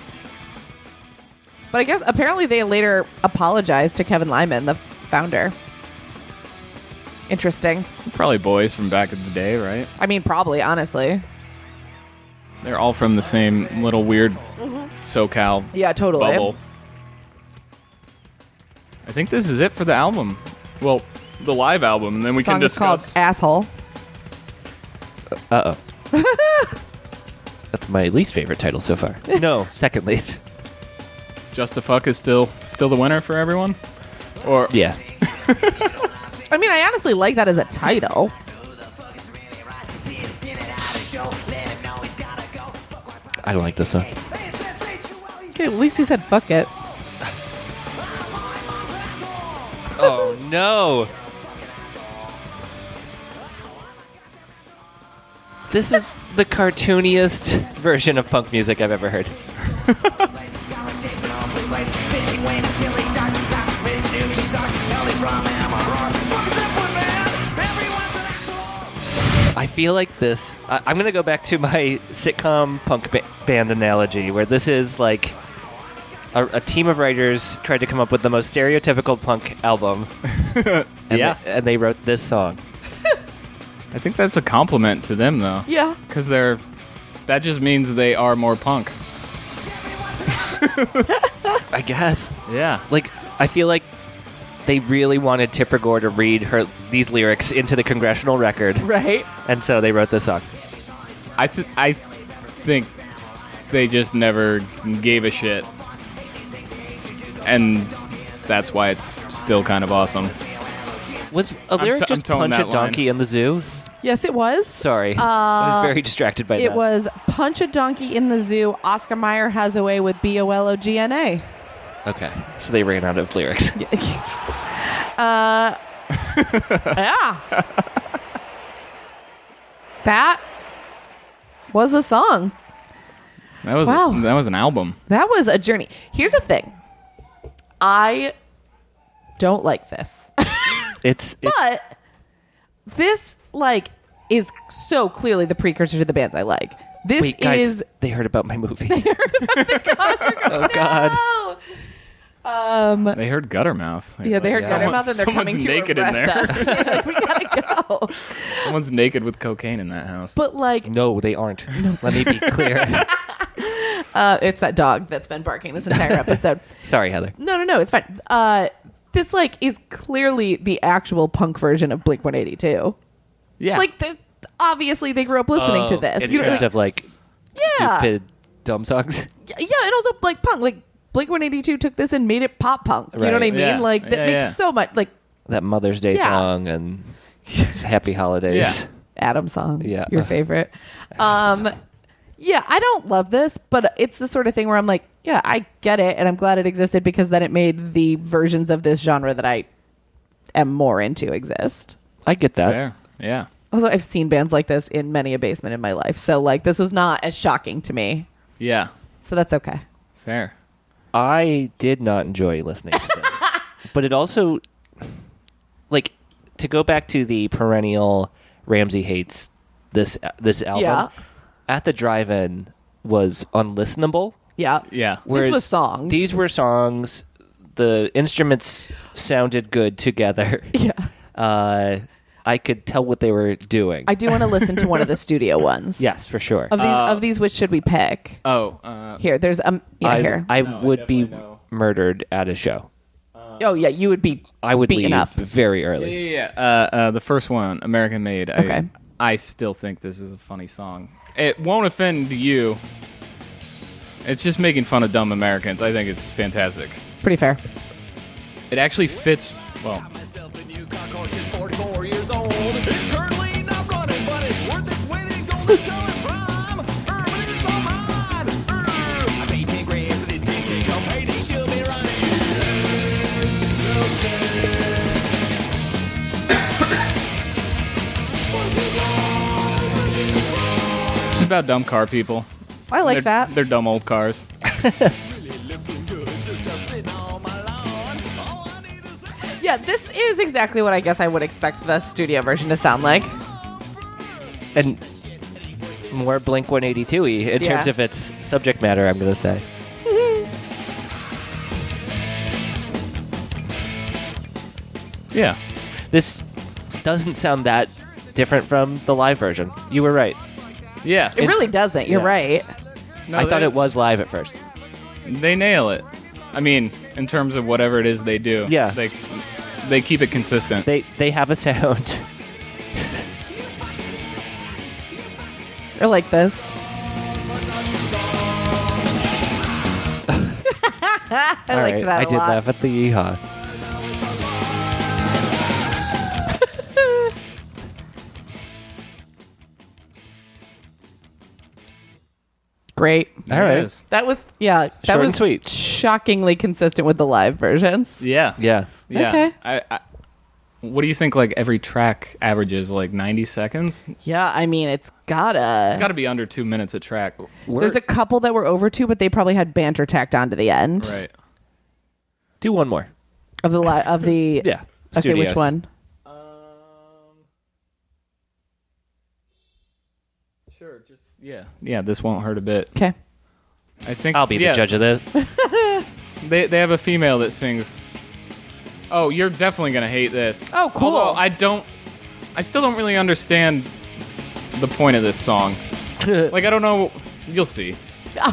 S2: But I guess apparently they later apologized to Kevin Lyman, the founder. Interesting.
S3: Probably boys from back in the day, right?
S2: I mean, probably, honestly.
S3: They're all from the same little weird SoCal
S2: Mm-hmm. Yeah, totally.
S3: bubble. I think this is it for the album. Well, the live album, and then we
S2: song
S3: can
S2: is called
S3: discuss.
S2: Asshole.
S1: Uh oh. That's my least favorite title so far. No, second least.
S3: Just a fuck is still still the winner for everyone. Or
S1: Yeah.
S2: I mean, I honestly like that as a title.
S1: I don't like this song.
S2: Okay, at least he said fuck it.
S1: Oh no. This is the cartooniest version of punk music I've ever heard. I feel like this. I, I'm gonna go back to my sitcom punk ba- band analogy, where this is like a, a team of writers tried to come up with the most stereotypical punk album. and
S3: Yeah.
S1: they, and they wrote this song.
S3: I think that's a compliment to them though.
S2: Yeah.
S3: Cuz they're that just means they are more punk.
S1: I guess.
S3: Yeah.
S1: Like, I feel like they really wanted Tipper Gore to read her these lyrics into the congressional record,
S2: Right?
S1: and so they wrote this song.
S3: I th- I think they just never gave a shit. And that's why it's still kind of awesome.
S1: Was a lyric
S3: t- I'm
S1: just
S3: towing
S1: punch a
S3: that line.
S1: donkey in the zoo?
S2: Yes, it was.
S1: Sorry, I was very distracted by
S2: It
S1: that.
S2: was Punch a Donkey in the Zoo. Oscar Mayer has a way with B O L O G N A.
S1: okay, so they ran out of lyrics.
S2: uh, yeah. that was a song.
S3: That was
S2: Wow.
S3: a, that was an album.
S2: That was a journey. Here's the thing I don't like this,
S1: It's it,
S2: but this, like, is so clearly the precursor to the bands I like. This
S1: wait, guys,
S2: is
S1: they heard about my movies.
S2: oh
S1: God.
S3: They heard Guttermouth. Like,
S2: Yeah, they heard gutter
S3: like, someone-
S2: mouth and they're
S3: someone's
S2: coming to
S3: naked
S2: arrest
S3: in there.
S2: us. Like, we gotta go.
S3: someone's naked with cocaine in that house.
S2: But like,
S1: no, they aren't. Let me be clear.
S2: uh, it's that dog that's been barking this entire episode.
S1: Sorry, Heather.
S2: No, no, no. It's fine. Uh, this like is clearly the actual punk version of Blink One Eighty Two.
S3: yeah.
S2: Like, th- obviously, they grew up listening
S3: Oh,
S2: to this.
S1: in
S2: Oh, You know-
S1: terms of like
S2: Yeah.
S1: stupid dumb songs.
S2: yeah, and also like punk. Like Blink One Eighty Two took this and made it pop punk. You know what I
S1: Right.
S2: mean?
S3: Yeah.
S2: Like that
S3: Yeah,
S2: makes
S3: yeah.
S2: so much like
S1: That Mother's Day
S2: Yeah.
S1: song and Happy Holidays.
S3: Yeah.
S2: Adam song.
S1: Yeah.
S2: your favorite. Um, yeah, I don't love this, but it's the sort of thing where I'm like, yeah, I get it, and I'm glad it existed because then it made the versions of this genre that I am more into exist.
S1: I get that.
S3: Fair. Yeah.
S2: Also, I've seen bands like this in many a basement in my life. So, like, this was not as shocking to me.
S3: Yeah.
S2: So, that's okay.
S3: Fair.
S1: I did not enjoy listening to this. but it also like to go back to the perennial Ramsey hates this this album.
S2: Yeah.
S1: At the drive-in was unlistenable.
S2: Yeah.
S3: Yeah.
S1: whereas
S2: was songs.
S1: These were songs. The instruments sounded good together.
S2: Yeah.
S1: Uh, I could tell what they were doing.
S2: I do want to listen to one of the studio ones.
S1: yes, Uh, for sure.
S2: Of these, of these, which should we pick?
S3: Oh, uh,
S2: Here, there's um, yeah,
S1: I,
S2: here.
S1: I
S3: No, I
S1: would be
S3: definitely know.
S1: murdered at a show.
S2: oh yeah, you would be.
S1: I would
S2: beaten
S1: leave
S2: up.
S1: very
S3: yeah,
S1: early.
S3: yeah, yeah. Uh, uh, the first one, American Made. I,
S2: Okay.
S3: I still think this is a funny song. It won't offend you. It's just making fun of dumb Americans. I think it's fantastic.
S2: Pretty fair.
S3: It actually fits well. just about dumb car people.
S4: I
S3: they're,
S4: like that.
S3: They're dumb old cars.
S2: Yeah, this is exactly what I guess I would expect the studio version to sound like.
S1: and more Blink 182 y in
S2: Yeah.
S1: terms of its subject matter, I'm going to say.
S3: Yeah.
S1: This doesn't sound that different from the live version. You were right.
S3: Yeah.
S2: It, really doesn't. You're
S1: yeah.
S2: right.
S3: No,
S1: I thought
S3: they-
S1: it was live at first.
S3: They nail it. I mean, in terms of whatever it is they do.
S1: Yeah.
S3: They they keep it consistent.
S1: They they have a sound.
S2: Or like this.
S4: I liked that
S1: I
S4: a
S1: did
S4: lot.
S1: laugh at the yeehaw.
S2: Great.
S3: There
S1: All
S3: it
S1: right.
S3: is.
S2: That was yeah. That
S1: Short and
S2: was
S1: sweet.
S2: Shockingly consistent with the live versions.
S3: Yeah.
S1: Yeah.
S3: Yeah.
S2: Okay.
S3: I, I, what do you think? Like every track averages like 90 seconds. It's
S2: Yeah, I mean it's gotta.
S3: got to be under two minutes a track.
S2: There's a couple that were over two, but they probably had banter tacked onto the end
S3: Right.
S1: Do one more.
S2: of the li- of the
S1: Yeah.
S2: Okay,
S1: Studios.
S2: which one?
S3: Sure. Just yeah. Yeah. This won't hurt a bit.
S2: Okay.
S3: I think
S1: I'll be
S3: yeah,
S1: the judge of this.
S3: They they have a female that sings. Oh, you're definitely gonna hate this.
S2: Oh, cool.
S3: Although I don't. I still don't really understand the point of this song. like I don't know. You'll see.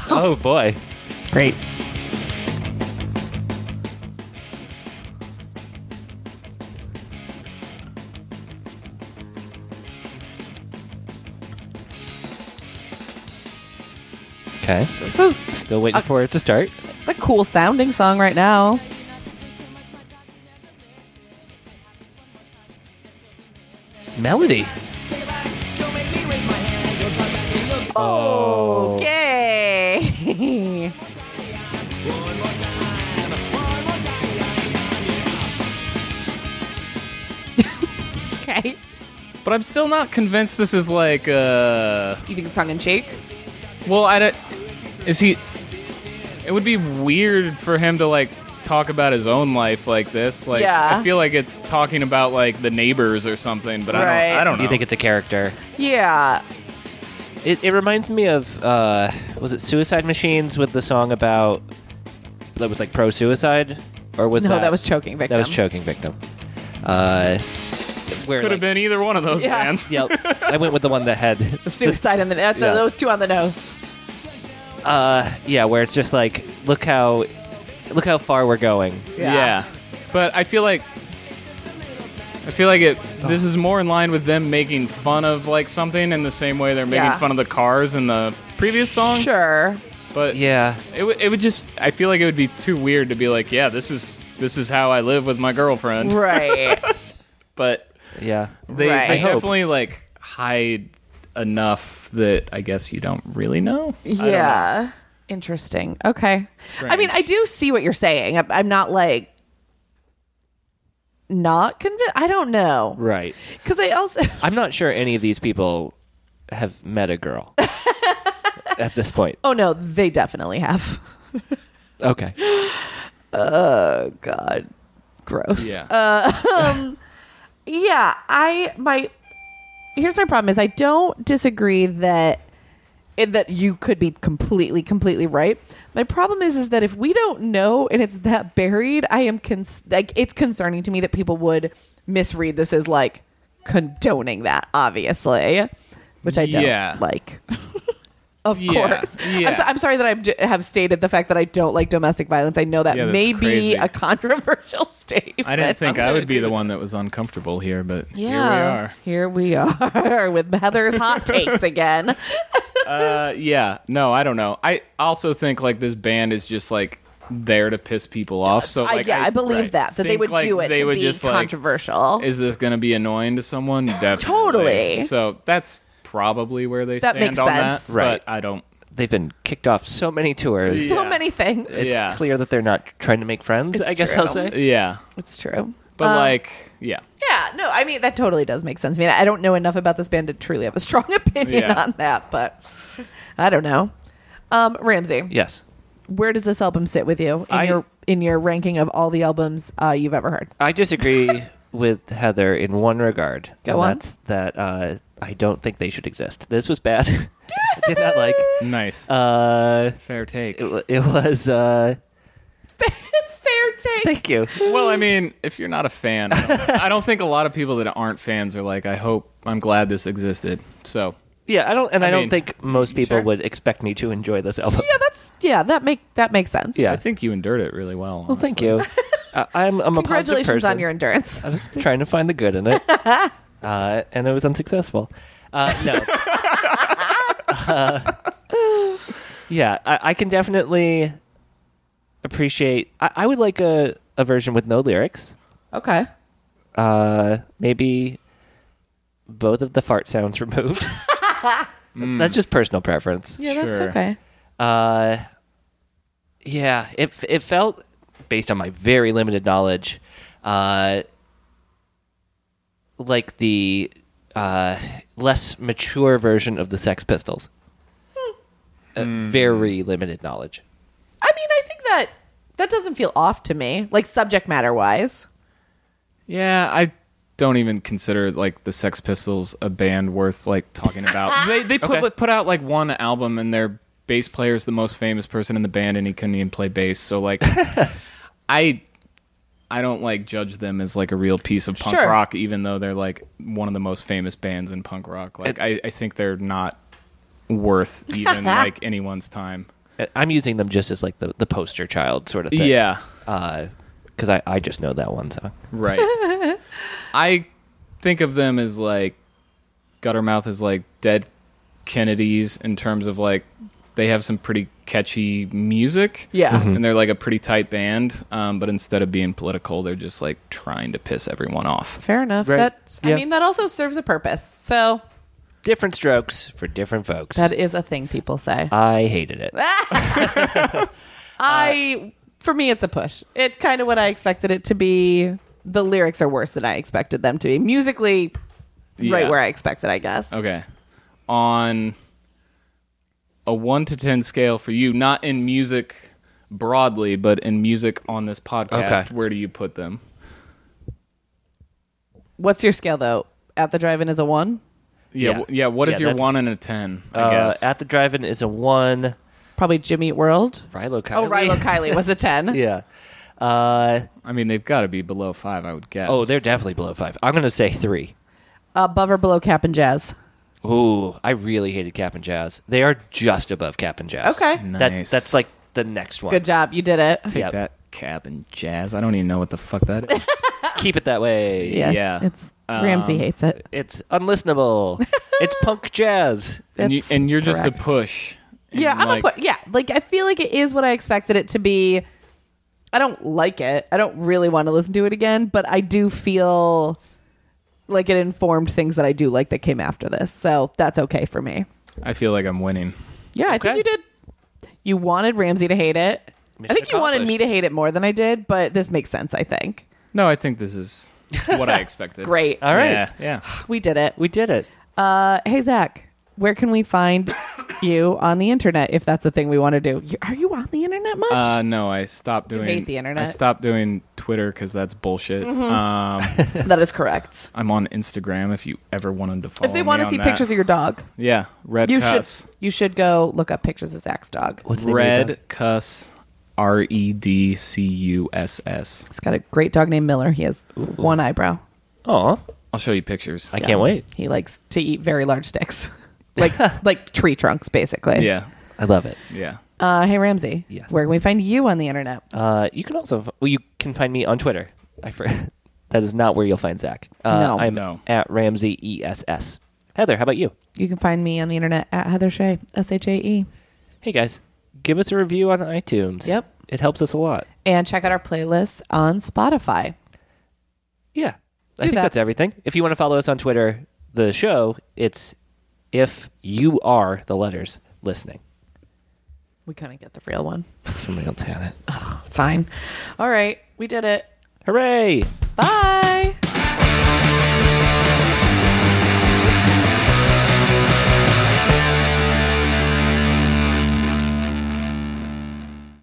S1: oh boy.
S2: Great.
S1: Okay.
S2: This is
S1: Still waiting for it to start.
S2: a cool sounding song right now.
S1: Melody.
S2: Oh.
S4: Okay. okay.
S3: But I'm still not convinced this is like uh
S2: You think it's tongue in cheek?
S3: well I don't is he it would be weird for him to like talk about his own life like this like
S2: Yeah.
S3: I feel like it's talking about like the neighbors or something but
S2: Right.
S3: I don't I don't know
S1: You think it's a character?
S2: Yeah.
S1: It, it reminds me of uh, was it Suicide Machines with the song about that was like pro suicide or was
S2: no,
S1: that
S2: that, was choking victim.
S1: that was choking victim? Uh, where
S3: could
S1: like-
S3: have been either one of those
S2: Yeah.
S3: bands
S1: Yeah, I went with the one that had
S2: Suicide and the that's
S1: Yeah.
S2: those two on the nose.
S1: uh, yeah, where it's just like look how look how far we're going.
S2: Yeah.
S3: but I feel like I feel like it this is more in line with them making fun of like something in the same way they're making
S2: Yeah.
S3: fun of the cars in the previous song
S2: Sure.
S3: but
S1: Yeah,
S3: It, w- it would just. I feel like it would be too weird to be like, yeah, this is this is how I live with my girlfriend.
S2: Right.
S3: But
S1: yeah.
S3: they,
S2: Right.
S3: they
S2: I hope.
S3: definitely like hide enough that I guess you don't really know. I don't know.
S2: yeah. Interesting. Okay. I mean, I do see what you're saying. I'm, I'm not like not convinced. I don't know
S1: Right.
S2: because I also
S1: I'm not sure any of these people have met a girl at this point.
S2: oh no, they definitely have.
S1: Okay.
S2: God, gross.
S3: Yeah.
S2: Yeah, I my here's my problem is I don't disagree that it- that you could be completely completely right. My problem is is that if we don't know and it's that buried, I am cons- like it's concerning to me that people would misread this as like condoning that obviously, which I don't
S3: Yeah.
S2: like. of
S3: Yeah,
S2: course.
S3: yeah.
S2: I'm, so, I'm sorry that I j- have stated the fact that I don't like domestic violence. I know that
S3: Yeah, that's
S2: may
S3: crazy.
S2: be a controversial statement.
S3: I didn't think
S2: I'm
S3: I
S2: gonna
S3: would be
S2: do
S3: the one that was uncomfortable here, but
S2: yeah. Here we are. with Heather's hot takes again.
S3: we are. Uh, yeah. No, I don't know. I also think like this band is just like there to piss people off. So
S2: Uh, I,
S3: like,
S2: yeah, I, believe
S3: right.
S2: that that they
S3: Think,
S2: would
S3: like,
S2: do it
S3: They
S2: to
S3: would
S2: be
S3: just like
S2: controversial.
S3: is this going to be annoying to someone? Definitely.
S2: Totally.
S3: So that's probably where they
S2: That
S3: stand
S2: makes
S3: on
S2: sense.
S3: that.
S1: Right.
S3: But I don't.
S1: They've been kicked off so many tours.
S2: so
S3: yeah.
S2: many things.
S1: It's
S3: Yeah.
S1: clear that they're not trying to make friends,
S2: It's
S1: I guess
S2: true.
S1: I'll say.
S3: Yeah.
S2: It's true.
S3: But like, yeah.
S2: Yeah, yeah, no, I mean that totally does make sense. I mean, I don't know enough about this band to truly have a strong opinion
S3: Yeah.
S2: on that, but I don't know. Um, Ramsey,
S1: Yes.
S2: where does this album sit with you in
S1: I-
S2: your in your ranking of all the albums uh, you've ever heard?
S1: I disagree with Heather in one regard.
S2: Go
S1: and
S2: on.
S1: That's that uh, I don't think they should exist. This was bad. I did not like.
S3: Nice.
S1: Uh,
S3: Fair take.
S1: it, wa- it was. Uh,
S2: Fair take.
S1: thank you.
S3: well, I mean, if you're not a fan, I don't, I don't think a lot of people that aren't fans are like, I hope, I'm glad this existed. So,
S1: Yeah, I don't, and I, don't
S3: mean,
S1: think most people
S3: sure.
S1: would expect me to enjoy this album.
S2: Yeah, that's yeah, that make that makes sense.
S1: Yeah.
S3: I think you endured it really well.
S1: Well, thank you. uh, I'm, I'm a positive
S2: Congratulations
S1: person.
S2: on your endurance.
S1: I was trying to find the good in it, uh, and it was unsuccessful. Uh, no. Uh, yeah, I, I can definitely appreciate. I, I would like a, a version with no lyrics.
S2: Okay.
S1: Uh, maybe both of the fart sounds removed. That's just personal preference.
S2: Yeah, that's
S3: Sure.
S2: okay.
S1: Uh, yeah, it it felt based on my very limited knowledge, uh, like the uh, less mature version of the Sex Pistols.
S3: Hmm.
S1: Uh, Very limited knowledge.
S2: I mean, I think that that doesn't feel off to me, like subject matter wise.
S3: Yeah, I don't even consider like the Sex Pistols a band worth like talking about. they they put
S1: Okay.
S3: put out like one album and their bass player is the most famous person in the band and he couldn't even play bass. So like I I don't like judge them as like a real piece of punk
S2: Sure.
S3: rock even though they're like one of the most famous bands in punk rock. Like I, I think they're not worth even like anyone's time.
S1: Uh, I'm using them just as like the, the poster child sort of thing.
S3: Yeah.
S1: because I, I just know that one song.
S3: Right. I think of them as like Guttermouth is like dead Kennedys in terms of like they have some pretty catchy music.
S2: Yeah.
S1: Mm-hmm.
S3: And they're like a pretty tight band. Um, but instead of being political, they're just like trying to piss everyone off.
S2: Fair enough.
S1: Right.
S2: That's I
S1: Yeah.
S2: mean, that also serves a purpose. So
S1: Different strokes for different folks.
S2: that is a thing people say.
S1: I hated it.
S2: Uh, I for me it's a push. It's kind of what I expected it to be. The lyrics are worse than I expected them to be. Musically
S3: Yeah.
S2: right where I expected, I guess.
S3: Okay. On a 1 to 10 scale for you, not in music broadly, but in music on this podcast,
S1: Okay.
S3: where do you put them?
S2: What's your scale though? At the drive-in is a 1?
S1: Yeah.
S3: Yeah. w- Yeah. What is
S1: Yeah,
S3: your
S1: that's-
S3: 1 and a 10? I
S1: Uh,
S3: guess.
S1: At the drive-in is a one.
S2: Probably Jimmy Eat World.
S1: Rilo Kiley.
S2: Oh, Rilo Kiley was a 10.
S1: yeah. Uh,
S3: I mean, they've got to be below five, I would guess.
S1: Oh, they're definitely below five. I'm gonna say three.
S2: Above or below Cap and Jazz?
S1: Ooh, I really hated Cap and Jazz. They are just above Cap and Jazz.
S2: Okay.
S1: that
S3: Nice.
S1: that's like the next one.
S2: Good job. You did it.
S3: take
S1: Yep.
S3: that cabin jazz. I don't even know what the fuck that is.
S1: Keep it that way.
S2: Yeah.
S3: Yeah.
S2: It's Ramsey
S3: Um,
S2: hates it.
S1: It's unlistenable. it's punk jazz.
S3: and, you,
S2: That's
S3: and you're just a
S2: correct.
S3: push. And
S2: Yeah, I'm
S3: like,
S2: a put. Yeah, like I feel like it is what I expected it to be. I don't like it. I don't really want to listen to it again, but I do feel like it informed things that I do like that came after this. So that's okay for me.
S3: I feel like I'm winning.
S2: Yeah, I
S1: Okay.
S2: think you did. You wanted Ramsey to hate it. I
S1: Mission
S2: think you wanted me
S1: accomplished.
S2: to hate it more than I did, but this makes sense, I think.
S3: No, I think this is what I expected.
S2: Great.
S1: All right,
S3: Yeah. Yeah.
S2: We did it.
S1: we did it.
S2: Uh, hey, Zach, where can we find you on the internet if that's the thing we want to do? You- Are you on the internet much?
S3: Uh, no, I stopped doing.
S2: hate the internet. Mm-hmm.
S3: I stopped doing Twitter because that's bullshit. Um,
S2: that is correct.
S3: I'm on Instagram if you ever wanted to follow.
S2: If they want to see pictures of your dog,
S3: yeah, red
S2: you
S3: cuss,
S2: should you should go look up pictures of Zach's dog.
S1: What's the name of the
S3: red cuss, R E D C U S S.
S2: He's got a great dog named Miller. He has one eyebrow.
S1: dog? Aw,
S3: I'll show you pictures.
S1: I can't wait.
S2: He likes to eat very large sticks, like like tree trunks, basically.
S3: yeah,
S1: I love it.
S3: yeah.
S2: Uh, hey Ramsey,
S1: Yes.
S2: where can we find you on the internet?
S1: Uh, you can also well, you can find me on Twitter. I for, that is not where you'll find Zach. Uh,
S2: No.
S1: I'm
S3: No.
S1: at Ramsey E S S. Heather, how about you?
S2: You can find me on the internet at Heather Shea, S H A E,
S1: Hey guys, give us a review on iTunes.
S2: Yep.
S1: it helps us a lot.
S2: and check out our playlist on Spotify.
S1: Yeah. I
S2: Do
S1: think
S2: that.
S1: that's everything. If you want to follow us on Twitter, the show, it's if you are the letters listening.
S2: We couldn't get the real one.
S1: Somebody else had it.
S2: Fine. All right, we did it.
S1: Hooray!
S2: Bye.